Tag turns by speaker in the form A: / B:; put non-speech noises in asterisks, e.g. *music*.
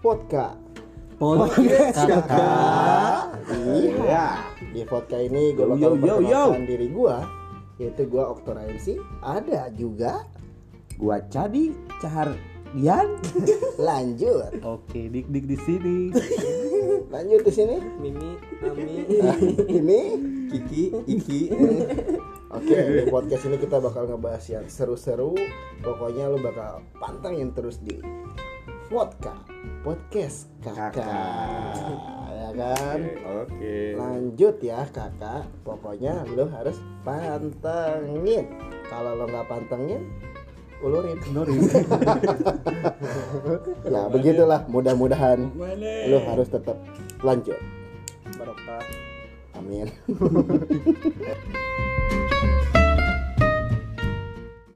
A: Podcast.
B: Podcast kakak.
A: Iya. Di podcast ini gue
B: Yo,
A: bakal
B: yo, yo, yo.
A: memperkenalkan diri gue, yaitu gue Oktora MC. Ada juga.
B: Gua Cadi Cahardian.
A: Lanjut,
B: Oke, dik dik di sini.
A: lanjut di sini.
C: Mimi, Ami,
A: *laughs* ini.
C: Kiki, Iki.
A: Oke, di podcast ini kita bakal ngebahas yang seru-seru. Pokoknya lu bakal pantengin terus di podcast podcast kakak, ya kan?
C: Oke.
A: lanjut ya kakak pokoknya lo harus pantengin kalau lo nggak pantengin ulurin *laughs* ya begitulah mudah-mudahan lo harus tetap lanjut
C: Barokah.
A: amin